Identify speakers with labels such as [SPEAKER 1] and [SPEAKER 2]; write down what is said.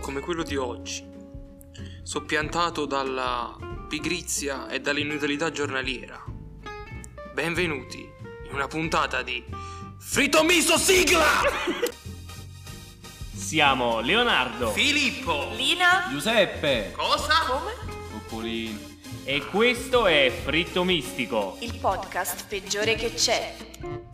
[SPEAKER 1] come quello di oggi, soppiantato dalla pigrizia e dall'inutilità giornaliera. Benvenuti in una puntata di Fritto Miso Sigla!
[SPEAKER 2] Siamo Leonardo
[SPEAKER 1] Filippo!
[SPEAKER 3] Lina?
[SPEAKER 4] Giuseppe
[SPEAKER 1] Cosa?
[SPEAKER 3] Come?
[SPEAKER 4] Popolino
[SPEAKER 2] e questo è Fritto Mistico.
[SPEAKER 3] Il podcast peggiore che c'è.